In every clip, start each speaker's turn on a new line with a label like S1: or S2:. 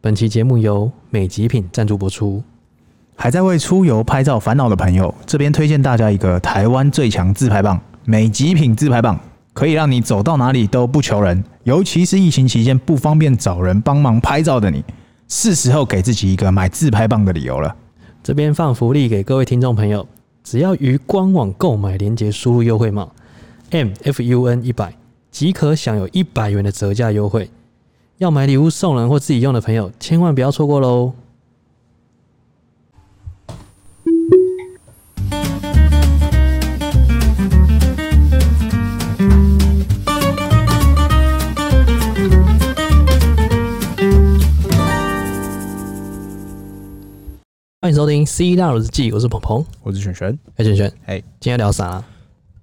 S1: 本期节目由美极品赞助播出。
S2: 还在为出游拍照烦恼的朋友，这边推荐大家一个台湾最强自拍棒——美极品自拍棒，可以让你走到哪里都不求人。尤其是疫情期间不方便找人帮忙拍照的你，是时候给自己一个买自拍棒的理由了。
S1: 这边放福利给各位听众朋友，只要于官网购买链接输入优惠码 M F U N 一百，即可享有一百元的折价优惠。要买礼物送人或自己用的朋友，千万不要错过喽！欢迎收听《C 大佬日记》，我是鹏鹏，
S2: 我是璇璇，
S1: 哎，轩轩，
S2: 哎
S1: 今天要聊啥啊？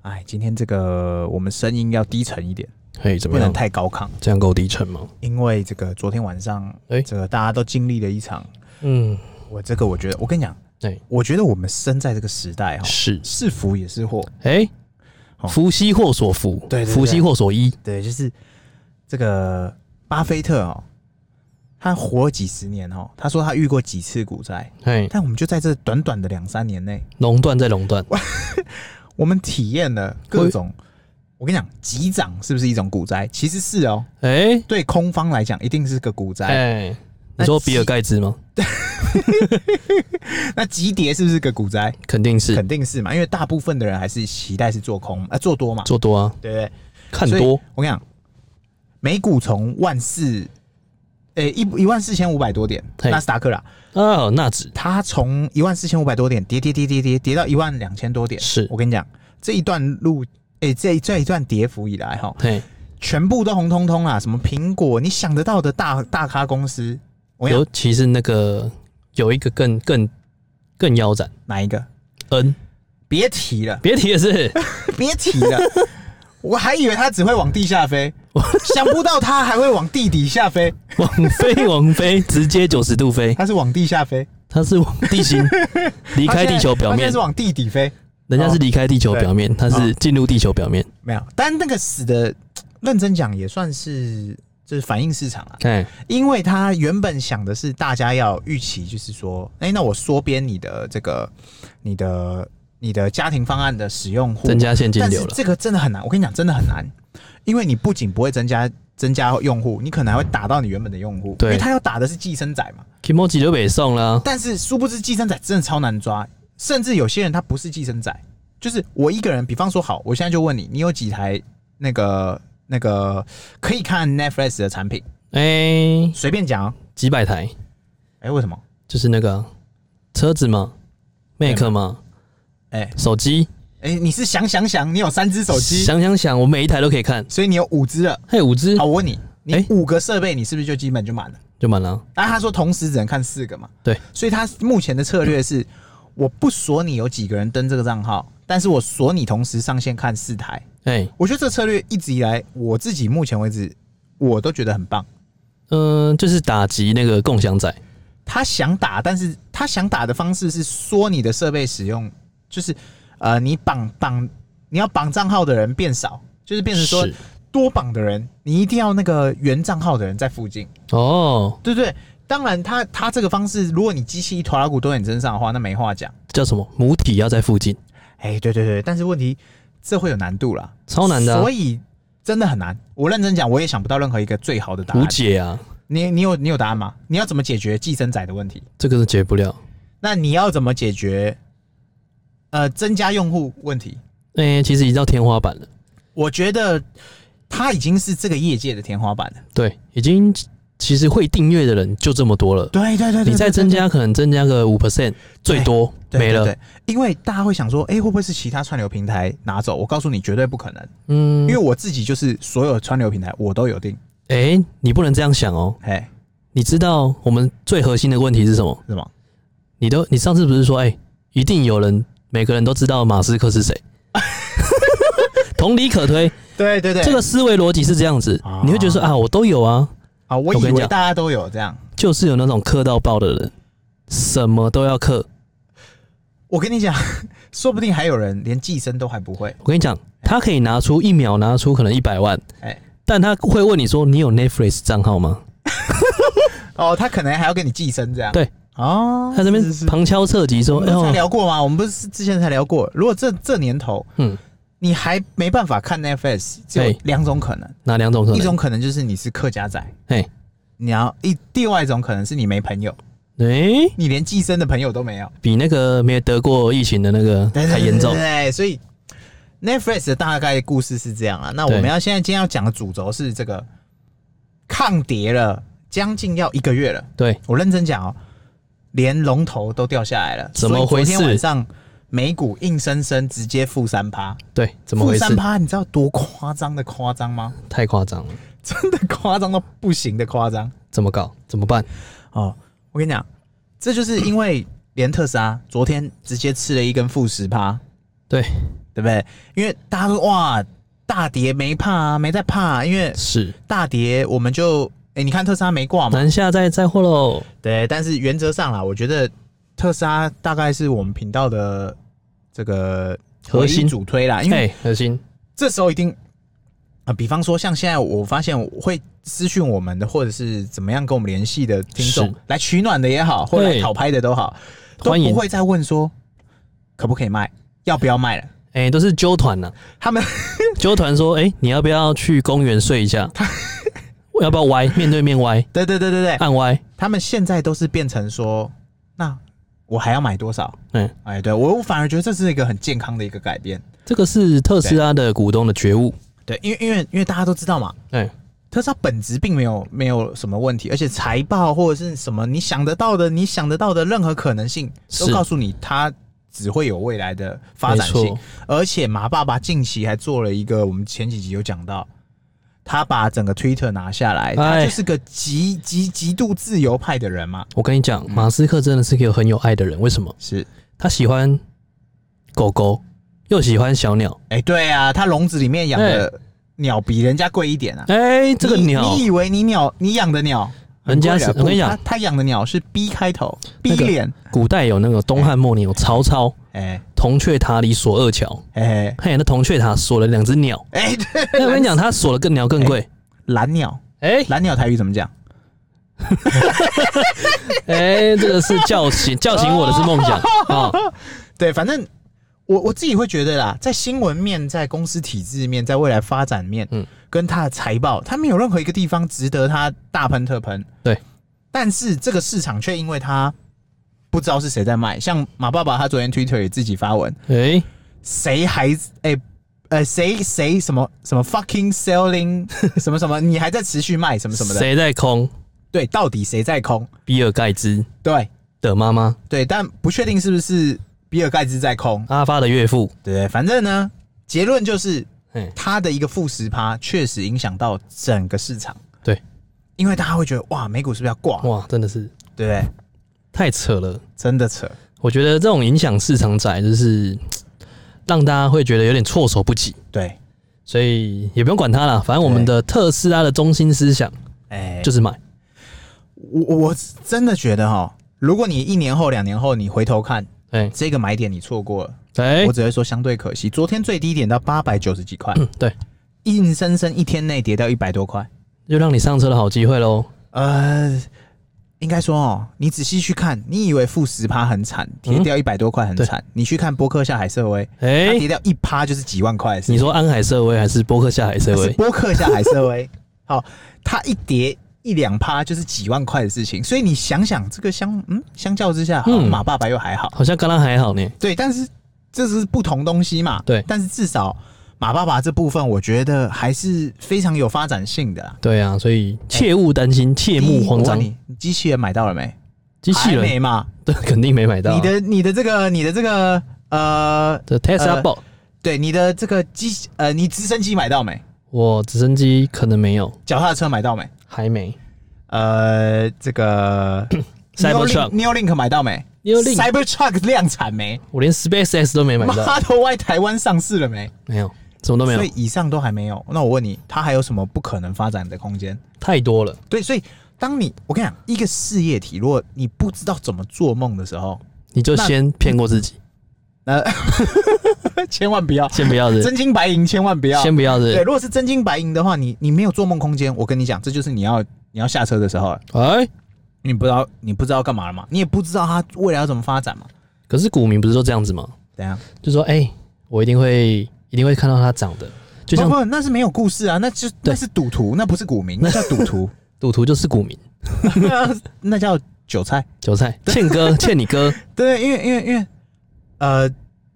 S2: 哎，今天这个呃我们声音要低沉一点，
S1: 嘿，怎
S2: 不
S1: 么
S2: 能
S1: 样？
S2: 太高亢，
S1: 这样够低沉吗？
S2: 因为这个昨天晚上，
S1: 哎
S2: 这个大家都经历了一场，
S1: 嗯，
S2: 我这个我觉得，我跟你讲，
S1: 对，
S2: 我觉得我们生在这个时代哈，
S1: 是，
S2: 是福也是祸，
S1: 哎、
S2: 好
S1: 福兮祸所伏，
S2: 对对对
S1: 福兮祸所依，
S2: 对，就是这个巴菲特哦，他活了几十年哦，他说他遇过几次股灾，
S1: 哎，
S2: 但我们就在这短短的两三年内，
S1: 垄断再垄断，
S2: 我们体验了各种。我跟你讲，急涨是不是一种股灾？其实是哦，
S1: 哎
S2: 对空方来讲一定是个股灾。
S1: 哎，你
S2: 那
S1: 说
S2: 急
S1: 比尔盖茨吗？
S2: 那急跌是不是个股灾？
S1: 肯定是
S2: 肯定是嘛，因为大部分的人还是期待是做空啊、呃做多嘛，
S1: 做多啊，
S2: 对不对？
S1: 看
S2: 所以
S1: 多，
S2: 我跟你讲，美股从万四，呃、一一万四千五百多点，
S1: 嘿
S2: 纳斯达克啦，
S1: 啊，纳指
S2: 它从一万四千五百多点跌跌跌跌跌跌到一万两千多点。
S1: 是
S2: 我跟你讲，这一段路，哎、这一这一段跌幅以来哈，
S1: 嘿，
S2: 全部都红彤彤啦，什么苹果，你想得到的大大咖公司，我跟你
S1: 尤
S2: 讲
S1: 其是那个有一个更更更腰斩
S2: 哪一个？
S1: ，N，
S2: 别提了，
S1: 别提也是，
S2: 别提了。我还以为它只会往地下 飞，想不到它还会往地底下飞。
S1: 往飞往飞，直接九十度飞，
S2: 它是往地下飞，
S1: 它是往地 心 离
S2: 它
S1: 开
S2: 现在
S1: 地球表
S2: 它现在
S1: 面
S2: 是，哦往地底飞。
S1: 人家是离开地球
S2: 对
S1: 表面，它是进入地球表面，
S2: 没有，但那个死的，认真讲也算是就是反映市场啊，
S1: 哎，
S2: 因为他原本想的是大家要预期，就是说，哎、那我缩编你的这个你的你的家庭方案的使用户，
S1: 增加现金
S2: 但
S1: 流
S2: 是
S1: 了，
S2: 这个真的很难，我跟你讲，真的很难，因为你不仅不会增加增加用户，你可能还会打到你原本的用户，
S1: 对
S2: 因为他要打的是寄生仔嘛。
S1: k i m o j i 就北送啦，
S2: 但是殊不知寄生仔真的超难抓，甚至有些人他不是寄生仔，就是我一个人，比方说好，我现在就问你，你有几台那个那个可以看 Netflix 的产品？
S1: 哎，
S2: 随便讲、哦，
S1: 几百台。
S2: 哎、为什么？
S1: 就是那个车子嘛，Mac 嘛，
S2: 哎、
S1: 手机，
S2: 哎、你是想想想，你有三只手机，
S1: 想想想，我每一台都可以看，
S2: 所以你有五只了。
S1: 还有五只
S2: 好，我问你，
S1: 哎
S2: 你五个设备，你是不是就基本就满了？
S1: 就满了啊。
S2: 但他说同时只能看四个嘛，
S1: 对，
S2: 所以他目前的策略是，我不锁你有几个人登这个账号，但是我锁你同时上线看四台。
S1: 哎，
S2: 我觉得这策略一直以来，我自己目前为止我都觉得很棒。
S1: 嗯，就是打击那个共享仔，
S2: 他想打，但是他想打的方式是说你的设备使用，就是呃，你绑绑你要绑账号的人变少，就是变成说
S1: 是
S2: 多绑的人，你一定要那个原账号的人在附近，
S1: 哦，
S2: 对不对？当然他，他这个方式，如果你机器一坨拉骨都在你身上的话，那没话讲。
S1: 叫什么母体要在附近，
S2: 哎、对对对，但是问题这会有难度啦，
S1: 超难的啊
S2: 所以真的很难。我认真讲，我也想不到任何一个最好的答
S1: 无
S2: 案。
S1: 解啊，
S2: 你你有你有答案吗？你要怎么解决寄生仔的问题？
S1: 这个是解不了。
S2: 那你要怎么解决呃增加用户问题？
S1: 哎，其实已经到天花板了，
S2: 我觉得它已经是这个业界的天花板了。
S1: 对，已经其实会订阅的人就这么多了，
S2: 对对对
S1: 你再增加可能增加个五 percent 最多
S2: 对
S1: 没
S2: 对
S1: 了
S2: 对，，因为大家会想说，哎、会不会是其他串流平台拿走？我告诉你，绝对不可能，
S1: 嗯
S2: 因为，我自己就是所有串流平台我都有订。
S1: 哎，你不能这样想哦，
S2: 哎，
S1: 你知道我们最核心的问题是什么？
S2: 是吗？
S1: 你都你上次不是说，哎、一定有人，每个人都知道马斯克是 谁？同理可推，
S2: 对对对，
S1: 这个思维逻辑是这样子
S2: 啊，
S1: 你会觉得说啊，我都有啊，
S2: 啊，我
S1: 我
S2: 以
S1: 跟你
S2: 为
S1: 讲
S2: 大家都有这样。
S1: 就是有那种氪到爆的人，什么都要氪。
S2: 我跟你讲， 说不定还有人连寄生都还不会。
S1: 我跟你讲，他可以拿出一秒拿出可能一百万，
S2: 哎
S1: 但他会问你说，你有 Netflix 账号吗？
S2: 哦，他可能还要跟你寄生这样。
S1: 对，
S2: 哦，
S1: 他这边
S2: 是是
S1: 旁敲侧击
S2: 我
S1: 说：“
S2: 们
S1: 哎
S2: 不是才
S1: 呦，
S2: 聊过吗？我们不是之前才聊过？如果这这年头
S1: 嗯，
S2: 你还没办法看 Netflix，只有
S1: 哎
S2: 两种可能，
S1: 哪两种可
S2: 一
S1: 能？
S2: 种可能就是你是客家仔，
S1: 哎，
S2: 你要一；另外一种可能是你没朋友，
S1: 哎，
S2: 你连寄生的朋友都没有，
S1: 比那个没有得过疫情的那个
S2: 对
S1: 还严重。
S2: 对对对，对所以 Netflix 的大概故事是这样啊。那我们
S1: 对
S2: 要现在今天要讲的主轴是这个抗跌了将近要一个月了，
S1: 对，
S2: 我认真讲哦，连龙头都掉下来了，
S1: 怎么回事
S2: 所以昨天晚上美股硬生生直接负三趴，
S1: 对，怎么
S2: 负
S1: 回事
S2: 三？趴，你知道多夸张的夸张吗？
S1: 太夸张了，
S2: 真的夸张到不行的夸张
S1: 怎么搞？怎么办？
S2: 哦！我跟你讲，这就是因为连特斯拉昨天直接吃了一根负十趴，
S1: 对，
S2: 对不对？因为大家都哇大跌没怕啊，没在怕啊、因为
S1: 是
S2: 大跌我们就哎、你看特斯拉没挂嘛，
S1: 南下再再货喽。
S2: 对，但是原则上啦，我觉得特斯拉大概是我们频道的这个
S1: 核心
S2: 唯一主推啦，因为
S1: 哎，核心
S2: 这时候一定啊、比方说像现在我发现我会私讯我们的，或者是怎么样跟我们联系的听众
S1: 是
S2: 来取暖的也好，或者来
S1: 对
S2: 讨拍的都好，都
S1: 欢迎
S2: 不会再问说可不可以卖，要不要卖了。
S1: 哎，都是揪团 呐，
S2: 他们
S1: 揪团说：“哎，你要不要去公园睡一 下？我要不要歪面对面歪
S2: 对对对对对，
S1: 暗歪？
S2: 他们现在都是变成说，那我还要买多少？
S1: 嗯，
S2: 哎，对我我反而觉得这是一个很健康的一个改变。
S1: 这个是特斯拉的股东的觉悟。
S2: 对，因为因为因为大家都知道嘛，
S1: 哎，
S2: 特斯拉本质并没有没有什么问题，而且财报或者是什么你想得到的、你想得到的任何可能性，都
S1: 是
S2: 告诉你它只会有未来的发展
S1: 没
S2: 性
S1: 错。
S2: 而且马爸爸近期还做了一个，我们前几集有讲到，他把整个 Twitter 拿下来，他
S1: 哎
S2: 就是个极极极度自由派的人嘛。
S1: 我跟你
S2: 嗯
S1: 讲，马斯克真的是个很有爱的人。为什么？
S2: 是，
S1: 他喜欢狗狗，又喜欢小鸟。
S2: 哎、对啊，他笼子里面养的鸟比人家贵一点啊。
S1: 哎、这个
S2: 你
S1: 鸟
S2: 你以为你鸟你养的鸟很
S1: 人家
S2: 贵啊
S1: 是我跟你讲
S2: 不他他养的鸟是 B 开头，B
S1: 那个
S2: 脸，
S1: 古代有那个东汉末年有曹操
S2: 哎
S1: 铜雀塔里锁二乔，
S2: 哎
S1: 嘿，那铜雀塔锁了两只鸟。
S2: 哎， 对，
S1: 那我跟你讲，他锁了更鸟更贵。
S2: 蓝鸟，
S1: 哎
S2: 蓝鸟台语怎么讲？
S1: 哎，这个是叫醒叫醒我的是梦 想啊！
S2: 对，反正我我自己会觉得啦，在新闻面、在公司体制面、在未来发展面，嗯
S1: 嗯，
S2: 跟他的财报，他没有任何一个地方值得他大喷特喷。
S1: 对，
S2: 但是这个市场却因为他不知道是谁在卖，像马爸爸他昨天 Twitter 也自己发文，
S1: 哎，
S2: 谁还哎、呃谁谁什么什么 fucking selling 什么什么，你还在持续卖什么什么的，
S1: 谁在空？
S2: 对，到底谁在空？
S1: 比尔盖茨
S2: 对
S1: 的妈妈，
S2: 对，但不确定是不是比尔盖茨在空，
S1: 阿发的岳父。
S2: 对，反正呢，结论就是
S1: 嗯，
S2: 它的一个负十趴确实影响到整个市场，
S1: 对，
S2: 因为大家会觉得哇，美股是不是要挂？
S1: 哇，真的是
S2: 对不对？
S1: 太扯了。
S2: 真的扯，
S1: 我觉得这种影响市场仔，就是让大家会觉得有点措手不及。
S2: 对，
S1: 所以也不用管它了，反正我们的特斯拉的中心思想
S2: 哎、
S1: 就是买。
S2: 我我我真的觉得哈，如果你一年后、两年后你回头看
S1: 哎
S2: 这个买点，你错过了，
S1: 哎
S2: 我，只会说相对可惜。昨天最低点到八百九十几块，
S1: 对，
S2: 硬生生一天内跌到一百多块。
S1: 又让你上车的好机会喽。
S2: 呃，应该说哦，你仔细去看，你以为负十趴很惨，
S1: 嗯
S2: 跌掉一百多块很惨，你去看波克夏海瑟薇，它
S1: 哎
S2: 跌，掉一趴就是几万块的事
S1: 你说安海社会还是波克夏海社
S2: 它是
S1: 会？
S2: 波克夏海瑟薇，好，它一跌。一两趴就是几万块的事情，所以你想想，这个相嗯，相较之下，好像
S1: 嗯
S2: 马爸爸又还好，
S1: 好像刚刚还好呢。
S2: 对，但是这是不同东西嘛。
S1: 对
S2: 但是至少马爸爸这部分，我觉得还是非常有发展性的啦。
S1: 对啊，所以切勿担心，切
S2: 第
S1: 勿
S2: 一
S1: 慌
S2: 我
S1: 张
S2: 问。你你机器人买到了没？
S1: 机器
S2: 还
S1: 人
S2: 没嘛？
S1: 对，肯定没买到啊。
S2: 你的你的这个你的这个呃，
S1: 的 Tesla
S2: 呃
S1: Bot，
S2: 对，你的这个机呃，你直升机买到没？
S1: 我直升机可能没有，
S2: 脚踏车买到没？
S1: 还没。
S2: 呃，这 个
S1: Cybertruck
S2: New Link 买到没
S1: Neuralink
S2: Cybertruck 量产没？
S1: 我连 SpaceX 都没买到，
S2: 妈的，Y 台湾上市了没？
S1: 没有，什么都没
S2: 所
S1: 有
S2: 以，以上都还没有。那我问你，它还有什么不可能发展的空间？
S1: 太多了。
S2: 对，所以当你我跟你讲，一个事业体，如果你不知道怎么做梦的时候，
S1: 你就
S2: 那
S1: 先骗过自己，
S2: 呃，千万不要
S1: 先不要这，
S2: 真金白银，千万不要。
S1: 先不要
S2: 对，
S1: 这。
S2: 如果是真金白银的话，你你没有做梦空间，我跟你讲，这就是你要你要下车的时候了。
S1: 哎，
S2: 你不知道你不知道干嘛了嘛，你也不知道它未来要怎么发展嘛。
S1: 可是股民不是都这样子吗？
S2: 怎样？
S1: 就说哎、我一定会一定会看到它涨的，就像
S2: 不不，那是没有故事啊，那就
S1: 对
S2: 那是赌徒，那不是股民，那叫 赌徒，
S1: 赌徒就是股民，
S2: 那叫韭菜。
S1: 韭菜欠哥欠你 哥，
S2: 对，因为因为因为，呃，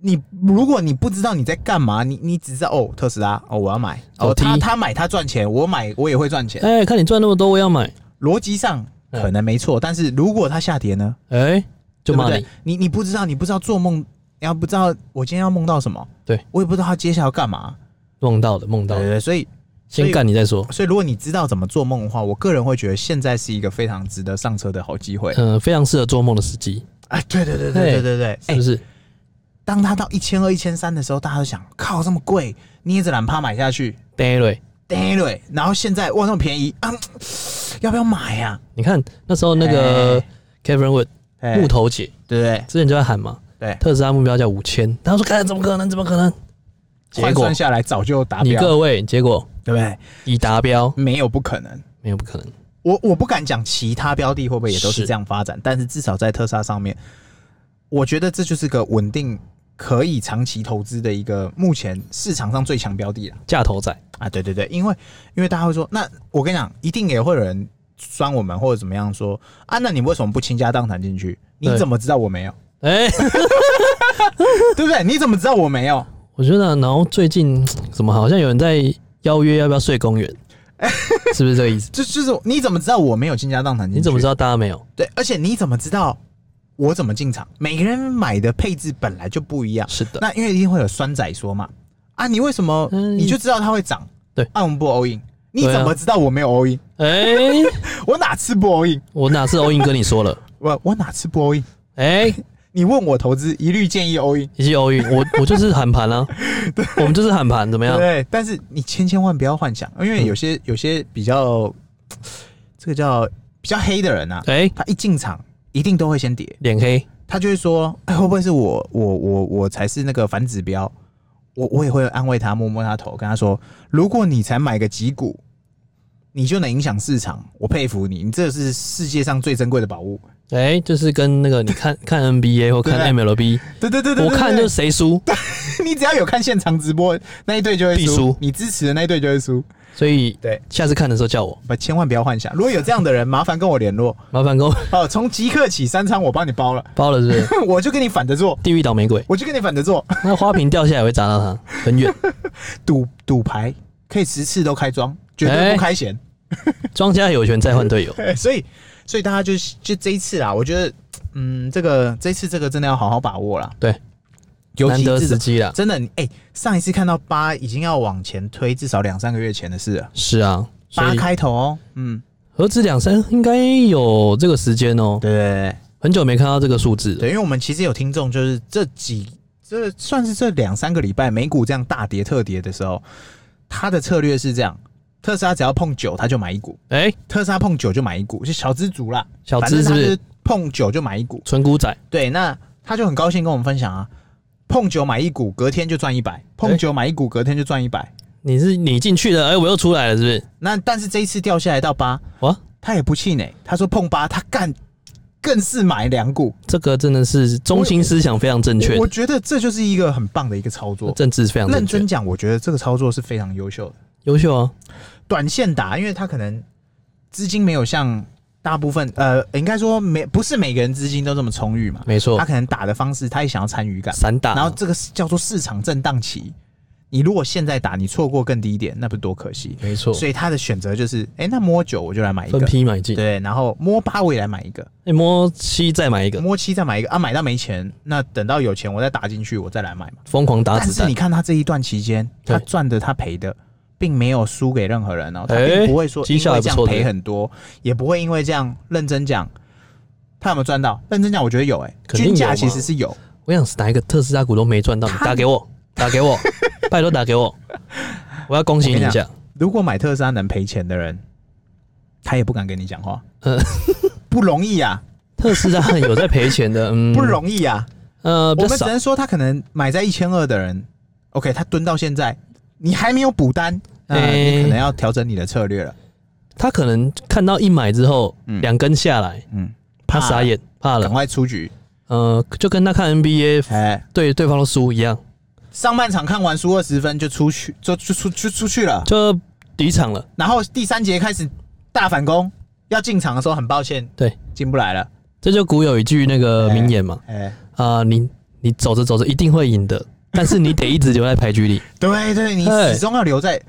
S2: 你如果你不知道你在干嘛，你你只知道哦，特斯拉哦，我要买哦，
S1: 手机
S2: 他他买他赚钱，我买我也会赚钱，
S1: 哎、看你赚那么多，我要买，
S2: 逻辑上
S1: 嗯
S2: 可能没错，但是如果它下跌呢，
S1: 哎、就
S2: 对不
S1: 骂你，
S2: 对？你你不知道，你不知道做梦，然后不知道我今天要梦到什么，
S1: 对
S2: 我也不知道他接下来要干嘛，
S1: 梦到的梦到
S2: 对对
S1: 的，
S2: 对，所以所
S1: 先
S2: 以
S1: 干你再说。
S2: 所以如果你知道怎么做梦的话，我个人会觉得现在是一个非常值得上车的好机会。
S1: 嗯、非常适合做梦的时机，
S2: 哎，对对对对对对对，
S1: 是不是？
S2: 当它到一千二、一千三的时候，大家都想，靠，这么贵，捏着懒趴买下去，
S1: d a r
S2: 对对。欸然后现在哇，这么便宜啊，要不要买啊呀、
S1: 你看那时候那个 Kevin Wood
S2: 哎
S1: 木，头姐
S2: 对不对
S1: 之前就在喊嘛，
S2: 对
S1: 特斯拉目标价五千，他说看怎么可能，怎么可能？
S2: 对，换
S1: 结果
S2: 算下来早就达
S1: 你
S2: 标，
S1: 各位，结果
S2: 对不对？
S1: 已达标，
S2: 没有不可能。
S1: 没有不可能。
S2: 我我不敢讲其他标的会不会也都
S1: 是
S2: 是这样发展，但是至少在特斯拉上面，我觉得这就是个稳定可以长期投资的一个目前市场上最强标的了。
S1: 价头仔，
S2: 啊，对对对，因为因为大家会说，那我跟你讲，一定也会有人酸我们或者怎么样说啊，那你为什么不倾家荡产进去？你
S1: 对
S2: 怎么知道我没有？
S1: 哎、
S2: 对不对？你怎么知道我没有？
S1: 我觉得，然后最近怎么好像有人在邀约要不要睡公园，
S2: 哎
S1: 是不是这个意思？
S2: 就就是你怎么知道我没有倾家荡产进去？
S1: 你怎么知
S2: 道？
S1: 道大家没有？
S2: 对，而且你怎么知道我怎么进场？每个人买的配置本来就不一样，
S1: 是的，
S2: 那因为一定会有酸仔说嘛，啊，你为什么
S1: 嗯
S2: 你就知道它会涨？
S1: 对
S2: 啊，我们不 all in，你
S1: 对啊
S2: 怎么知道我没有 all in？
S1: 哎、
S2: 我哪次不 all in？
S1: 我哪次欧印跟你说了？
S2: 我我哪次不 all in？
S1: 哎、
S2: 你问我投资，一律建议 all in。
S1: 一起欧 印，我我就是喊盘啊，我们就是喊盘，怎么样？
S2: 对，但是你千千万不要幻想，因
S1: 嗯
S2: 为有些、有些比较，这个叫比较黑的人啊，
S1: 哎、
S2: 他一进场一定都会先跌，
S1: 脸黑，
S2: 他就会说，哎，会不会是我我我我才是那个反指标？我我也会安慰他，摸摸他头，跟他说，如果你才买个几股，你就能影响市场，我佩服你，你这是世界上最珍贵的宝物。
S1: 哎、就是跟那个你看看 NBA 或看
S2: 对
S1: MLB，
S2: 对对对对
S1: 我看就是
S2: 是
S1: 谁输，
S2: 你只要有看现场直播，那一队就会
S1: 必输
S2: 你支持的那一队就会输。
S1: 所以
S2: 对，
S1: 下次看的时候叫我，
S2: 不，千万不要幻想。如果有这样的人，麻烦跟我联络。
S1: 麻烦给我
S2: 哦，从即刻起三餐我帮你包了，
S1: 包了，是不是？
S2: 我就跟你反着做，
S1: 地狱倒霉鬼，
S2: 我就跟你反着做。
S1: 那花瓶掉下来会砸到他，很远。
S2: 赌赌牌可以十次都开庄，绝对不开闲。
S1: 庄家有权再换 队友，
S2: 所以，所以大家就就这一次啦，我觉得，嗯，这个这一次这个真的要好好把握啦。
S1: 对，
S2: 尤
S1: 难
S2: 其
S1: 得
S2: 这
S1: 时
S2: 种
S1: 机啦。
S2: 真的，你哎、上一次看到八已经要往前推至少两三个月前的事了，
S1: 是啊，所
S2: 八
S1: 以
S2: 开头哦，嗯，
S1: 何止两三，应该有这个时间哦、
S2: 对对对
S1: 很久没看到这个数字了。
S2: 对，因为我们其实有听众，就是这几这算是这两三个礼拜美股这样大跌特跌的时候，他的策略是这样：特斯拉只要碰九，他就买一股；
S1: 哎、
S2: 特斯拉碰九就买一股，是小资族啦，
S1: 小
S2: 反
S1: 资是
S2: 正他
S1: 不
S2: 就是是碰九就买一股。
S1: 纯股仔？
S2: 对，那他就很高兴跟我们分享啊，碰九买一股，隔天就赚一百；碰九买一股，隔天就赚一百。
S1: 你是你进去的，哎、我又出来了，是不是？
S2: 那但是这一次掉下来到八，
S1: 哇，
S2: 他也不气馁，他说碰八他干更是买两股。
S1: 这个真的是中心思想非常正确
S2: 我，我觉得这就是一个很棒的一个操作。
S1: 政治非常
S2: 认
S1: 正确
S2: 真，讲，我觉得这个操作是非常优秀的。
S1: 优秀啊！
S2: 短线打，因为他可能资金没有像大部分呃，应该说没不是每个人资金都这么充裕嘛，
S1: 没错
S2: 他，可能打的方式，他也想要参与感，
S1: 散打，
S2: 啊然后这个是叫做市场震荡期。你如果现在打，你错过更低点，那不多可惜。
S1: 没错，
S2: 所以他的选择就是，哎、那摸九我就来买一
S1: 分
S2: 个，
S1: 批买进，
S2: 对，然后摸八我也来买一个，
S1: 哎摸七再买一个，
S2: 摸七再买一个啊，买到没钱，那等到有钱我再打进去，我再来买嘛。
S1: 疯狂打
S2: 但
S1: 子
S2: 是
S1: 弹
S2: 你，看他这一段期间，
S1: 啊对
S2: 他赚的他赔的，并没有输给任何人哦，他
S1: 哎
S2: 并不会说
S1: 绩
S2: 因
S1: 效
S2: 为
S1: 还
S2: 这
S1: 不
S2: 样
S1: 错的
S2: 赔很多，也不会因为这样认真讲，他有没有赚到？认真讲，我觉得有哎、
S1: 肯定有
S2: 均价
S1: 嘛
S2: 其实是有，
S1: 我想哪一个特斯拉股东没赚到，你
S2: 他
S1: 打给我，打给 我，拜托打给我，我要恭喜你一
S2: 我跟
S1: 下。
S2: 如果买特斯拉能赔钱的人，他也不敢跟你讲话，
S1: 呃
S2: 不容易啊，
S1: 特斯拉有在赔钱的，嗯，
S2: 不容易啊，
S1: 呃，比
S2: 我
S1: 较
S2: 们只
S1: 少，
S2: 能说他可能买在一千二的人，OK，他蹲到现在，你还没有补单，那
S1: 哎
S2: 你可能要调整你的策略了。
S1: 他可能看到一买之后，两、根下来，
S2: 嗯，
S1: 他
S2: 怕
S1: 傻眼，怕
S2: 赶
S1: 了，
S2: 快出局。
S1: 呃，就跟他看 NBA
S2: 哎，
S1: 对对方都输一样，
S2: 上半场看完输二十分就出去，就就出就出去了。
S1: 就离场了。
S2: 然后第三节开始大反攻，要进场的时候很抱歉
S1: 对，
S2: 进不来了。
S1: 这就古有一句那个名言嘛，
S2: 哎，
S1: 啊、你你走着走着一定会赢 的，但是你得一直留在牌局里，
S2: 对对，你
S1: 哎
S2: 始终要留在。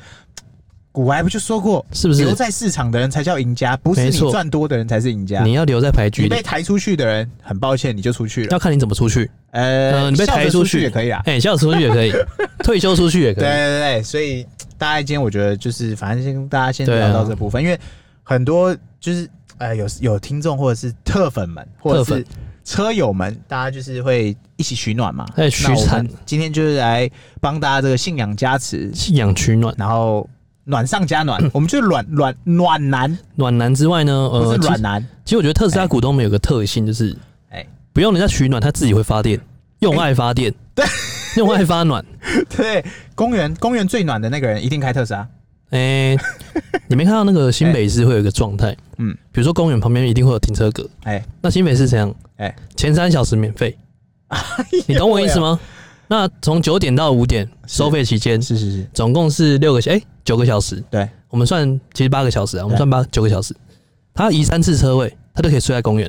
S2: 古玩不就说过，
S1: 是不是
S2: 留在市场的人才叫赢家，不是
S1: 没
S2: 你
S1: 错
S2: 赚多的人才是赢家。
S1: 你要留在牌局
S2: 啊你被
S1: 里，
S2: 抬出去的人，很抱歉，你就出去了。
S1: 要看你怎么出去。
S2: 呃
S1: 呃，你被
S2: 笑着
S1: 抬
S2: 出
S1: 去
S2: 也可以啦。
S1: 哎、笑着出去也 可以，退休出去也可
S2: 对
S1: 以。
S2: 对对，所以大家今天我觉得就是，反正先跟大家先
S1: 对啊
S2: 聊到这部分，因为很多就是呃有有听众或者是特粉们，或
S1: 特
S2: 者是
S1: 粉
S2: 车友们，大家就是会一起取暖嘛。
S1: 哎取
S2: 那我
S1: 暖
S2: 们今天就是来帮大家这个信仰加持，
S1: 信仰取暖，
S2: 然后暖上加 暖，我们就是暖暖暖男，
S1: 暖男之外呢，
S2: 不
S1: 呃，
S2: 是
S1: 其
S2: 暖
S1: 实
S2: 男。
S1: 其实我觉得特斯拉股东们有个特性，就是
S2: 哎，
S1: 不用人家取暖，它自己会发电，用爱发电，
S2: 对，
S1: 用爱发暖。
S2: 对，公园公园最暖的那个人一定开特斯拉。
S1: 哎、你没看到那个新北市会有一个状态，
S2: 嗯，
S1: 比如说公园旁边一定会有停车格，
S2: 哎
S1: 那新北市怎样？
S2: 哎，
S1: 前三小时免费，
S2: 啊
S1: 你懂我意思吗？那从九点到五点收费期间，
S2: 是是是，
S1: 总共是六个小，哎、九个小时，
S2: 对，
S1: 我们算其实八个小时啊，我们
S2: 对
S1: 算八九个小时，他移三次车位，他就可以睡在公园，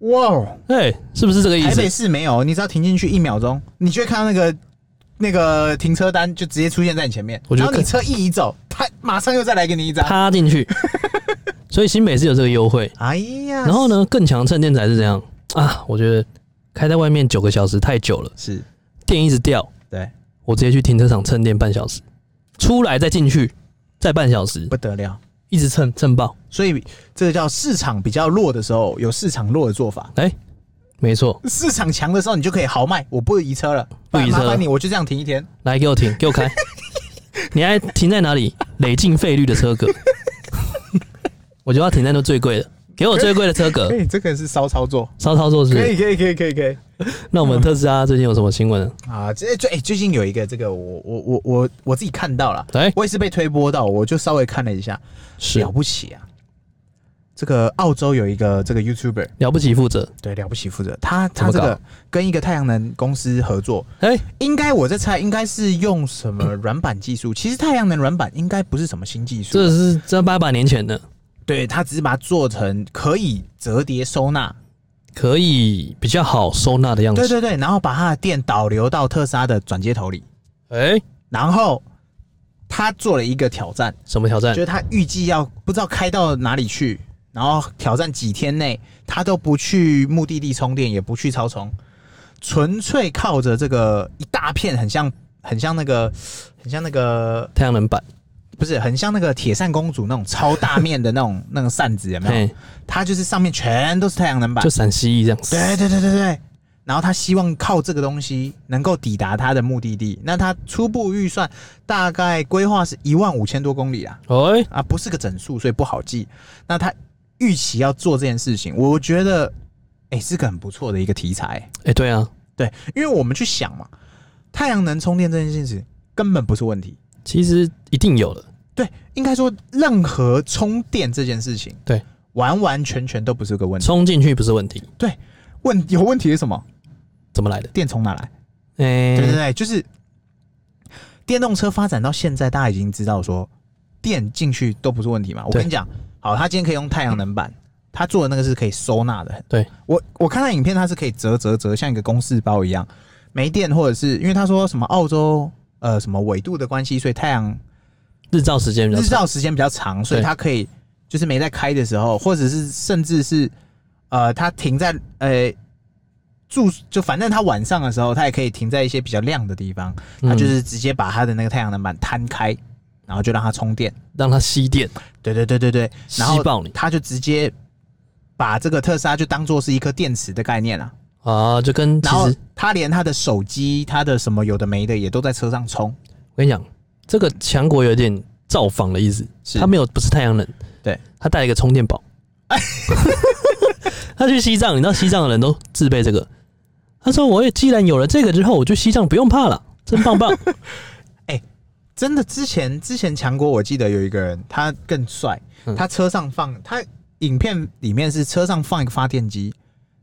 S2: 哇哦。
S1: 哎、是不是这个意
S2: 台
S1: 思
S2: 北？市没有，你只要停进去一秒钟，你就会看到那个那个停车单就直接出现在你前面，
S1: 我觉
S2: 然
S1: 得
S2: 后你车一移走，他马上又再来给你一张。
S1: 趴进 去，所以新北市有这个优惠。
S2: 哎呀，
S1: 然后呢，更强的衬电仔是怎样啊？我觉得开在外面九个小时太久了，
S2: 是？是
S1: 电一直掉，
S2: 对，
S1: 我直接去停车场蹭电半小时，出来再进去再半小时，
S2: 不得了。
S1: 一直蹭蹭爆。
S2: 所以这个叫市场比较弱的时候，有市场弱的做法；
S1: 哎、没错，
S2: 市场强的时候，你就可以豪迈，我不移车了，
S1: 不移车了
S2: 麻烦你，我就这样停一天。
S1: 来给我停，给我 开。你还停在哪里？累进费率的车格， 我就要停在那最贵的，给我最贵的车格
S2: 可。以，哎这个是骚操作，
S1: 稍操作是不
S2: 可
S1: 是？
S2: 以，可以，可以，可以，可以。
S1: 那我们特斯拉最近有什么新闻呢？
S2: 啊，这最、哎最近有一个这个我，我我我我自己看到了，
S1: 哎
S2: 我也是被推播到，我就稍微看了一下，
S1: 是
S2: 了不起啊！这个澳洲有一个这个 YouTuber，
S1: 了不起负责。
S2: 对，了不起负责他
S1: 怎
S2: 他
S1: 么
S2: 这个
S1: 搞
S2: 跟一个太阳能公司合作，
S1: 哎、
S2: 应该我在猜，应该是用什么
S1: 嗯
S2: 软板技术？其实太阳能软板应该不是什么新技术
S1: 这，是这八百年前的，
S2: 对，他只是把它做成可以折叠收纳，
S1: 可以比较好收纳的样
S2: 对
S1: 子。
S2: 对对，然后把它的电导流到特斯拉的转接头里，
S1: 哎、
S2: 然后他做了一个挑战，
S1: 什么挑战
S2: 就？是他预计要不知道开到哪里去，然后挑战几天内他都不去目的地充电，也不去超充，纯粹靠着这个一大片很像很像那个很像那个
S1: 太阳能板。
S2: 不是很像那个铁扇公主那种超大面的那种那种扇子有没有？
S1: 哎、
S2: 它就是上面全都是太阳能板
S1: 就，陕西这样子。
S2: 对对对对对。然后他希望靠这个东西能够抵达他的目的地。那他初步预算大概规划是一万五千多公里啊。
S1: 哎、
S2: 啊，不是个整数，所以不好记。那他预期要做这件事情，我觉得，哎、是个很不错的一个题材、
S1: 哎，对啊，
S2: 对，因为我们去想嘛，太阳能充电这件事情根本不是问题。
S1: 其实一定有的。
S2: 对，应该说任何充电这件事情，
S1: 对，
S2: 完完全全都不是个问题。
S1: 冲进去不是问题，
S2: 对，问有问题是什么？
S1: 怎么来的？
S2: 电从哪来？
S1: 哎、
S2: 对对对，就是电动车发展到现在，大家已经知道说电进去都不是问题嘛。我
S1: 对
S2: 跟你讲，好，它今天可以用太阳能板，它做的那个是可以收纳的。
S1: 对，
S2: 我我看到影片，它是可以折折折，像一个公式包一样。没电或者是因为他说什么澳洲呃什么纬度的关系，所以太阳
S1: 日照时间比较
S2: 日
S1: 长。
S2: 照时间比较长，所以
S1: 对
S2: 它可以就是没在开的时候，或者是甚至是呃，它停在呃住就反正它晚上的时候，它也可以停在一些比较亮的地方，它
S1: 嗯
S2: 就是直接把它的那个太阳能板摊开，然后就让它充电。
S1: 让它吸电，
S2: 对对对对对，然
S1: 吸
S2: 后
S1: 爆你
S2: 它就直接把这个特斯拉就当做是一颗电池的概念啊，
S1: 啊，就跟其
S2: 然后
S1: 实
S2: 它连它的手机、它的什么有的没的也都在车上充。
S1: 我跟你讲，这个强国有点造访的意思，
S2: 是
S1: 他没有不是太阳能，
S2: 对，
S1: 他带了一个充电 宝。他去西藏，你知道西藏的人都自备这个。他说：“我也既然有了这个之后，我去西藏不用怕了，真棒 棒。
S2: 真的，之前之前强国，我记得有一个人，他更帅，
S1: 嗯
S2: 他车上放他影片里面是车上放一个发电机，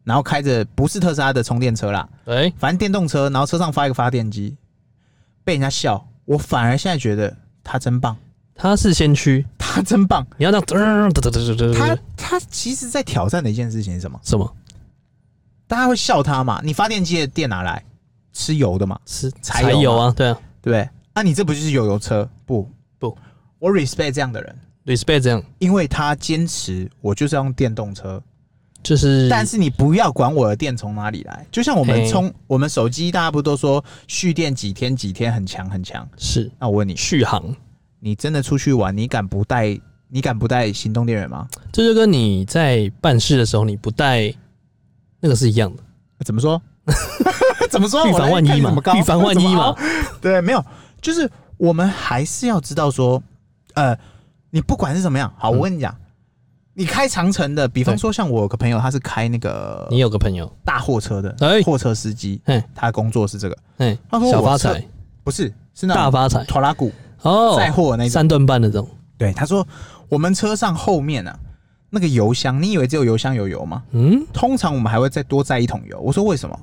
S2: 然后开着不是特斯拉的充电车啦，
S1: 哎、
S2: 反正电动车，然后车上发一个发电机，被人家笑。我反而现在觉得他真棒，
S1: 他是先驱，
S2: 他真棒。
S1: 你要这样，噔噔噔噔噔
S2: 他
S1: 噔，
S2: 他其实在挑战的一件事情是什么？
S1: 什么
S2: 大家会笑他嘛？你发电机的电哪来？吃油的嘛，
S1: 是
S2: 柴
S1: 柴
S2: 油
S1: 油啊？对啊
S2: 对不对？啊，你这不就是油油车？不
S1: 不，
S2: 我 respect 这样的人，
S1: ，respect 这样
S2: 因为他坚持我就是要用电动车，
S1: 就是，
S2: 但是你不要管我的电从哪里来。就像我们
S1: 嘿
S2: 充我们手机，大家不都说蓄电几天几天很强很强？
S1: 是
S2: 那我问你，
S1: 续航，
S2: 你真的出去玩，你敢不带你敢不带行动电源吗？
S1: 这就跟你在办事的时候你不带那个是一样的，
S2: 怎 么说？怎么说？
S1: 预
S2: 我来
S1: 防万
S2: 看
S1: 一
S2: 你
S1: 嘛
S2: 怎么高，
S1: 预防万一嘛
S2: 怎么高。对，没有，就是我们还是要知道说，呃，你不管是怎么样，好，
S1: 嗯
S2: 我跟你讲，你开长城的，比方说像我有个朋友，他是开那个
S1: 你有个朋友，
S2: 大货车的
S1: 哎，
S2: 货车司机
S1: 嘿，
S2: 他的工作是这个，
S1: 哎、
S2: 他说
S1: 小
S2: 我
S1: 发
S2: 车
S1: 财，
S2: 不是是那
S1: 大
S2: 种
S1: 发财，
S2: 拖拉股
S1: 哦，
S2: 载货的那种。
S1: 三顿半那种，
S2: 对，他说我们车上后面啊，那个油箱，你以为只有油箱有油吗？
S1: 嗯，
S2: 通常我们还会再多载一桶油。我说为什么？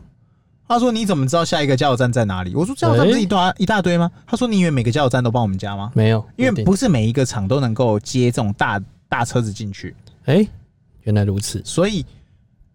S2: 他说你怎么知道下一个加油站在哪里？我说加油站不是一大、一大堆吗？他说你以为每个加油站都帮我们加吗？
S1: 没有，
S2: 因为
S1: 定
S2: 不是每一个厂都能够接这种大大车子进去，
S1: 哎、原来如此
S2: 所以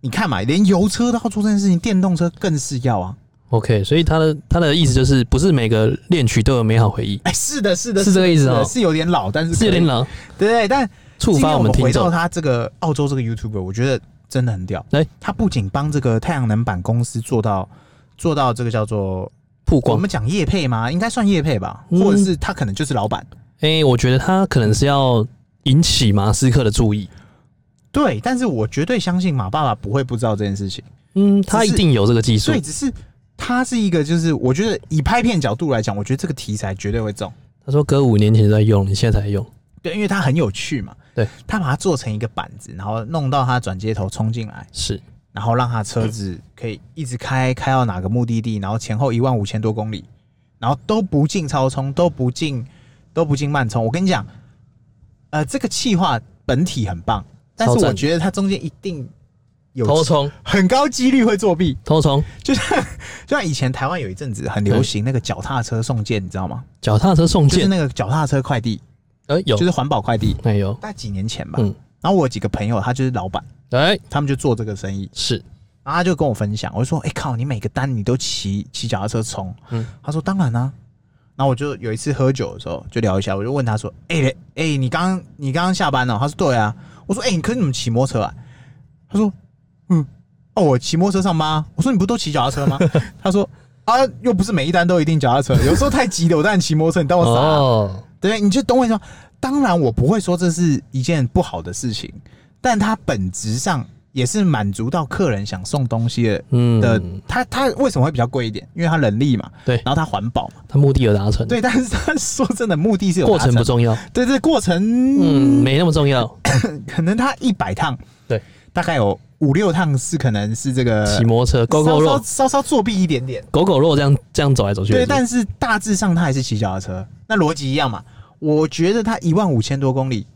S2: 你看嘛，连油车都要做这件事情，电动车更是要啊。
S1: ，OK，所以他的他的意思就是，不是每个恋曲都有美好回忆，
S2: 哎、是的，是的，
S1: 是这个意思
S2: 是的
S1: 哦
S2: 是有点老，但是
S1: 是有点，老，
S2: 对对。但
S1: 触
S2: 今
S1: 发
S2: 天
S1: 我
S2: 我
S1: 们听
S2: 回到
S1: 众，
S2: 他这个澳洲这个 YouTuber，我觉得真的很屌。
S1: 哎
S2: 他不仅帮这个太阳能板公司做到做到这个叫做
S1: 曝
S2: 我
S1: 光
S2: 们。讲业配吗？应该算业配吧，
S1: 嗯
S2: 或者是他可能就是老板。
S1: 哎、我觉得他可能是要引起马斯克的注意，
S2: 对，但是我绝对相信马爸爸不会不知道这件事情，
S1: 嗯，他一定有这个技术
S2: 所以，只是他是一个，就是我觉得以拍片角度来讲，我觉得这个题材绝对会中，
S1: 他说哥五年前就在用，你现在才用，
S2: 对，因为它很有趣嘛。
S1: 对，
S2: 他把它做成一个板子，然后弄到他转接头冲进来，
S1: 是
S2: 然后让他车子可以一直开开到哪个目的地，然后前后一万五千多公里，然后都不进超充，都不进都不进慢充。我跟你讲，呃，这个气化本体很棒，但
S1: 超
S2: 是
S1: 赞
S2: 我觉得它中间一定有
S1: 偷充
S2: 很高几率会作弊，
S1: 偷充，
S2: 就 像就像以前台湾有一阵子很流行那个脚踏车送件，你知道吗？
S1: 脚踏车送
S2: 就是
S1: 件，
S2: 那个脚踏车快递，
S1: 呃，有
S2: 就，是环保快递，
S1: 哎有，
S2: 大概几年前吧。
S1: 嗯
S2: 然后我有几个朋友，他就是老板，
S1: 哎
S2: 他们就做这个生意。
S1: 是，
S2: 然后他就跟我分享，我就说：“哎、靠，你每个单你都骑骑脚踏车冲？”
S1: 嗯
S2: 他说：“当然啦、然后我就有一次喝酒的时候就聊一下，我就问他说：“哎、哎、你刚你刚刚下班了、他说：“对啊。”我说：“哎、你可是你怎么骑摩托车啊？”他说：“嗯，哦，我骑摩托车上班啊。”我说：“你不都骑脚踏车吗？” 他说：“啊，又不是每一单都一定脚踏车，有时候太急了，我当然骑摩托车，你当我傻啊、
S1: 哦，
S2: 对，你就懂我意思吗？当然，我不会说这是一件不好的事情，但它本质上也是满足到客人想送东西的。的
S1: 嗯，
S2: 它它为什么会比较贵一点？因为它人力嘛，
S1: 对
S2: 然后它环保嘛，
S1: 他目的有达成，
S2: 对。但是它说真的，目的是有
S1: 过
S2: 达
S1: 程不
S2: 成，
S1: 重要，
S2: 对这过程，
S1: 嗯，没那么重要，
S2: 可能它一百趟，
S1: 对，
S2: 大概有五六趟是可能是这个
S1: 骑摩托车，狗狗
S2: 稍
S1: 肉
S2: 稍，稍稍作弊一点点，
S1: 狗狗肉这样这样走来走去的
S2: 对，
S1: 是不是，
S2: 但是大致上他还是骑脚踏车，那逻辑一样嘛。我觉得他一万五千多公里，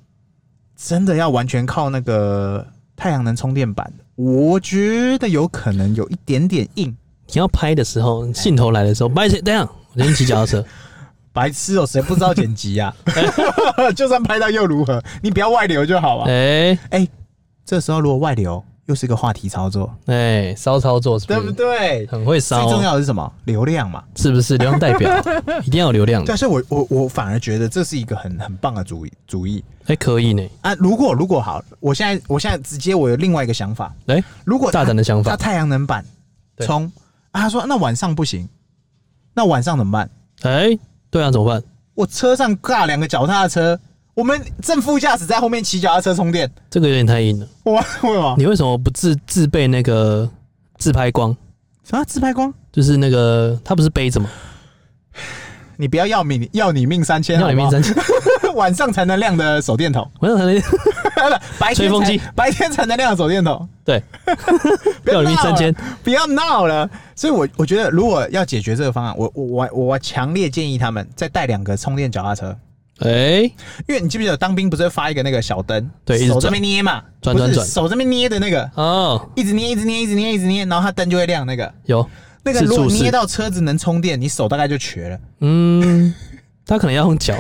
S2: 真的要完全靠那个太阳能充电板，我觉得有可能有一点点硬。
S1: 你要拍的时候，镜头来的时候，拍谁？这样，我先骑脚踏 车，
S2: 白痴哦、谁不知道剪辑 啊？就算拍到又如何？你不要外流就好啊。
S1: 哎
S2: 这时候如果外流，又是个话题操作，
S1: 哎，骚操作是不
S2: 对
S1: 是？
S2: 不对？
S1: 很会
S2: 最
S1: 骚
S2: 重
S1: 哦，
S2: 要的是什么？流量嘛。
S1: 是不是？流量代表啊 一定要有流量的
S2: 对，，所以我我我反而觉得这是一个很很棒的主意主意。
S1: 哎，可以呢，
S2: 啊，如果如果好，我现在我现在直接我有另外一个想法，
S1: 哎，
S2: 如果
S1: 大胆的想
S2: 他
S1: 法，
S2: 太阳能板
S1: 对
S2: 充啊，他说那晚上不行，那晚上怎么办？
S1: 哎，对啊，怎么办？
S2: 我车上挂两个脚踏车，我们正副驾驶在后面骑脚踏车充电，
S1: 这个有点太硬了，
S2: 我为什么？
S1: 你为什么不自自备那个自拍光？
S2: 什么自拍光？
S1: 就是那个，它不是背着吗？
S2: 你不要要命，要你命三千，
S1: 要里面
S2: 好
S1: 三千，
S2: 不好 晚上才能亮的手电筒，
S1: 我想才能
S2: 白天
S1: 吹风
S2: 才
S1: 机，
S2: 白天才能亮的手电筒，
S1: 对，
S2: 不
S1: 要
S2: 要
S1: 里面
S2: 闹
S1: 三
S2: 了
S1: 千，
S2: 不要闹了。所以我，我觉得如果要解决这个方案，我我我我强烈建议他们再带两个充电脚踏车，
S1: 哎、
S2: 因为你记不记得当兵不是会发一个那个小灯，
S1: 对一直
S2: 手
S1: 转
S2: 这边捏嘛，
S1: 转
S2: 不是
S1: 转转
S2: 手这边捏的那个，
S1: 哦，
S2: 一直捏，一直捏，一直捏，一直捏，然后它灯就会亮。那个，
S1: 有
S2: 那个
S1: 是
S2: 如果
S1: 注视
S2: 捏到车子能充电，你手大概就瘸了。
S1: 嗯，他可能要用 脚，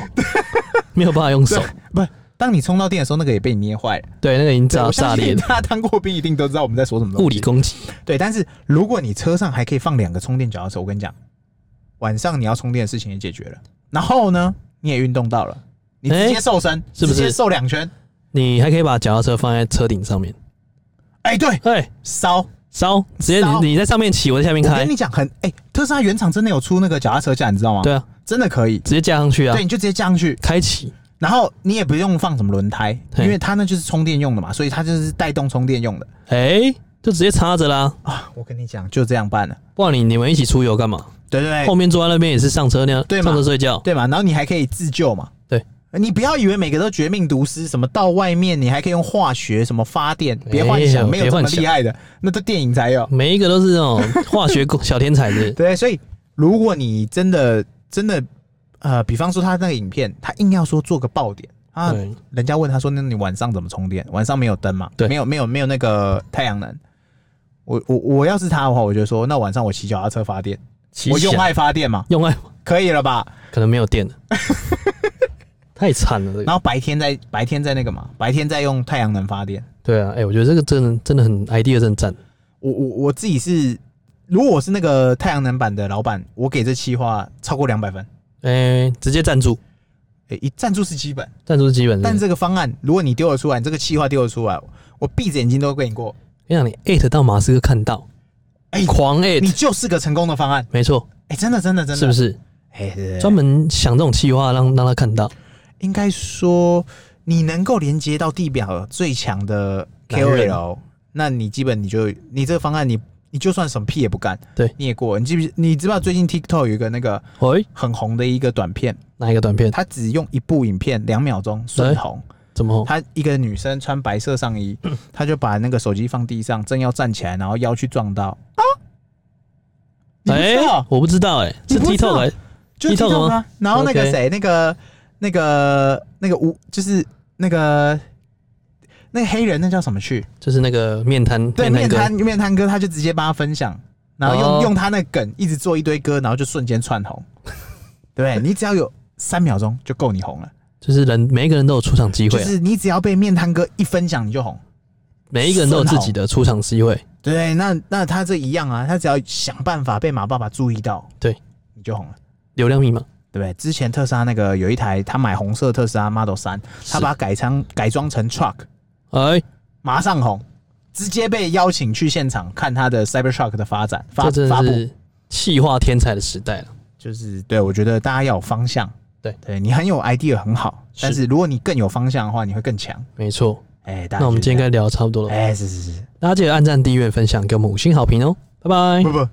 S1: 没有办法用手。
S2: 不，当你充到电的时候，那个也被你捏坏了。
S1: 对，那个已经
S2: 对
S1: 炸
S2: 我相
S1: 炸
S2: 信
S1: 裂了，
S2: 大家当过兵一定都知道我们在说什么东西
S1: 物理攻击。
S2: 对，但是如果你车上还可以放两个充电脚踏车，我跟你讲，晚上你要充电的事情也解决了。然后呢，你也运动到了，你直接
S1: 哎
S2: 瘦身，
S1: 是不是
S2: 直接瘦两圈？
S1: 你还可以把脚踏车放在车顶上面，
S2: 哎、对，
S1: 哎、
S2: 烧！
S1: 烧，直接
S2: 烧
S1: 你你在上面骑，我在下面
S2: 我
S1: 开
S2: 跟，你讲，很哎、特斯拉原厂真的有出那个脚踏车架，你知道吗？
S1: 对，啊，
S2: 真的可以。
S1: 直接架上去啊
S2: 对，，你就直接降上去，
S1: 开启，
S2: 然后你也不用放什么轮胎，
S1: 嘿
S2: 因为它那就是充电用的嘛，所以它就是带动充电用的
S1: 哎、就直接插着啦。
S2: 啊。我跟你讲，就这样办了，
S1: 不然你你们一起出游干嘛？
S2: 对对
S1: 后
S2: 对，
S1: 面坐在那边也是上车那样，
S2: 哎对嘛
S1: 上车睡觉。
S2: 对嘛。然后你还可以自救嘛，
S1: 对，
S2: 你不要以为每个都绝命毒师，什么到外面你还可以用化学什么发电，别幻想，
S1: 没
S2: 没
S1: 有
S2: 有这
S1: 别
S2: 么
S1: 幻想
S2: 厉害的，那都电影才有。
S1: 每一个都是那种化学 工小天才的，
S2: 对，所以如果你真的真的，呃，比方说他那个影片，他硬要说做个爆点啊
S1: 对，
S2: 人家问他说：“那你晚上怎么充电？晚上没有灯嘛？
S1: 对
S2: 没有没有没有那个太阳能。我”我我要是他的话，我就说：“那晚上我骑脚踏车发电，
S1: 骑
S2: 我
S1: 起来
S2: 用爱发电嘛，
S1: 用爱
S2: 可以了吧？
S1: 可能没有电 了，太惨了这个。
S2: 然后白天在白天在那个嘛，白天在用太阳能发电。
S1: 对啊，哎、我觉得这个真的真的很 idea 真的赞，
S2: 我我我自己是，如果我是那个太阳能板的老板，我给这企划超过两百分。
S1: 哎、直接赞助，
S2: 诶一赞助是基本，
S1: 赞助是基本。
S2: 但这个方案，如果你丢得出来，你这个计划丢得出来，我闭着眼睛都跟你过。
S1: 跟你讲，你 at 到马斯克看到，
S2: 哎
S1: 狂
S2: 你
S1: at，
S2: 就是个成功的方案，
S1: 没错，
S2: 哎、真的，真的，真的，
S1: 是不？是？
S2: 哎、
S1: 专门想这种气话让让他看到，
S2: 应该说，你能够连接到地表最强的
S1: 男人
S2: KOL，那你基本你就你这个方案你，你就算什么屁也不干，
S1: 对
S2: 你也过。你记不记？你知不知道最近 TikTok 有一个那个
S1: 喂、
S2: 很红的一个短片，
S1: 哪一个短片？
S2: 它只用一部影片两秒钟瞬
S1: 对
S2: 红，
S1: 怎么红？
S2: 她一个女生穿白色 上衣，她就把那个手机放地上，正要站起来，然后腰去撞到
S1: 哎
S2: 啊！你不知道
S1: 我不知道、哎，
S2: 你
S1: 是
S2: 不知
S1: TikTok
S2: 道
S1: 哎、
S2: 就是
S1: TikTok
S2: TikTok
S1: 吗
S2: 啊。然后那个
S1: OK
S2: 谁，那个那个那个吴，就是那个那个黑人，那叫什么去？
S1: 就是那个面瘫
S2: 对，面
S1: 瘫
S2: 瘫
S1: 哥，
S2: 面瘫哥，他就直接帮他分享，然后用、
S1: 哦
S2: 用他那梗一直做一堆歌，然后就瞬间 窜红。对你只要有三秒钟就够你红了，
S1: 就是人每一个人都有出场机
S2: 就
S1: 会啊、
S2: 是你只要被面瘫哥一分享你就红。
S1: 每一个人都有自己的出场机会。
S2: 对，那那他这一样啊，他只要想办法被马爸爸注意到，
S1: 对，
S2: 你就红了，
S1: 流量密码，
S2: 对不对？之前特斯拉那个有一台，他买红色特斯拉 Model 三，他
S1: 是
S2: 把它改装改装成 truck，
S1: 哎、
S2: 马上红，直接被邀请去现场看他的 Cybertruck 的发展发
S1: 这真
S2: 发
S1: 的
S2: 布，
S1: 是气化天才的时代了。
S2: 就是对我觉得大家要有方向，
S1: 对
S2: 对你很有 idea 很好，
S1: 是
S2: 但是如果你更有方向的话，你会更强。
S1: 没错，
S2: 哎，大家
S1: 那我们
S2: 觉
S1: 今天应
S2: 得
S1: 该聊得差不多了，嗯
S2: 哎是是是，
S1: 大家记得按赞、订阅、分享，给我们五星好评哦，拜拜
S2: 不。不，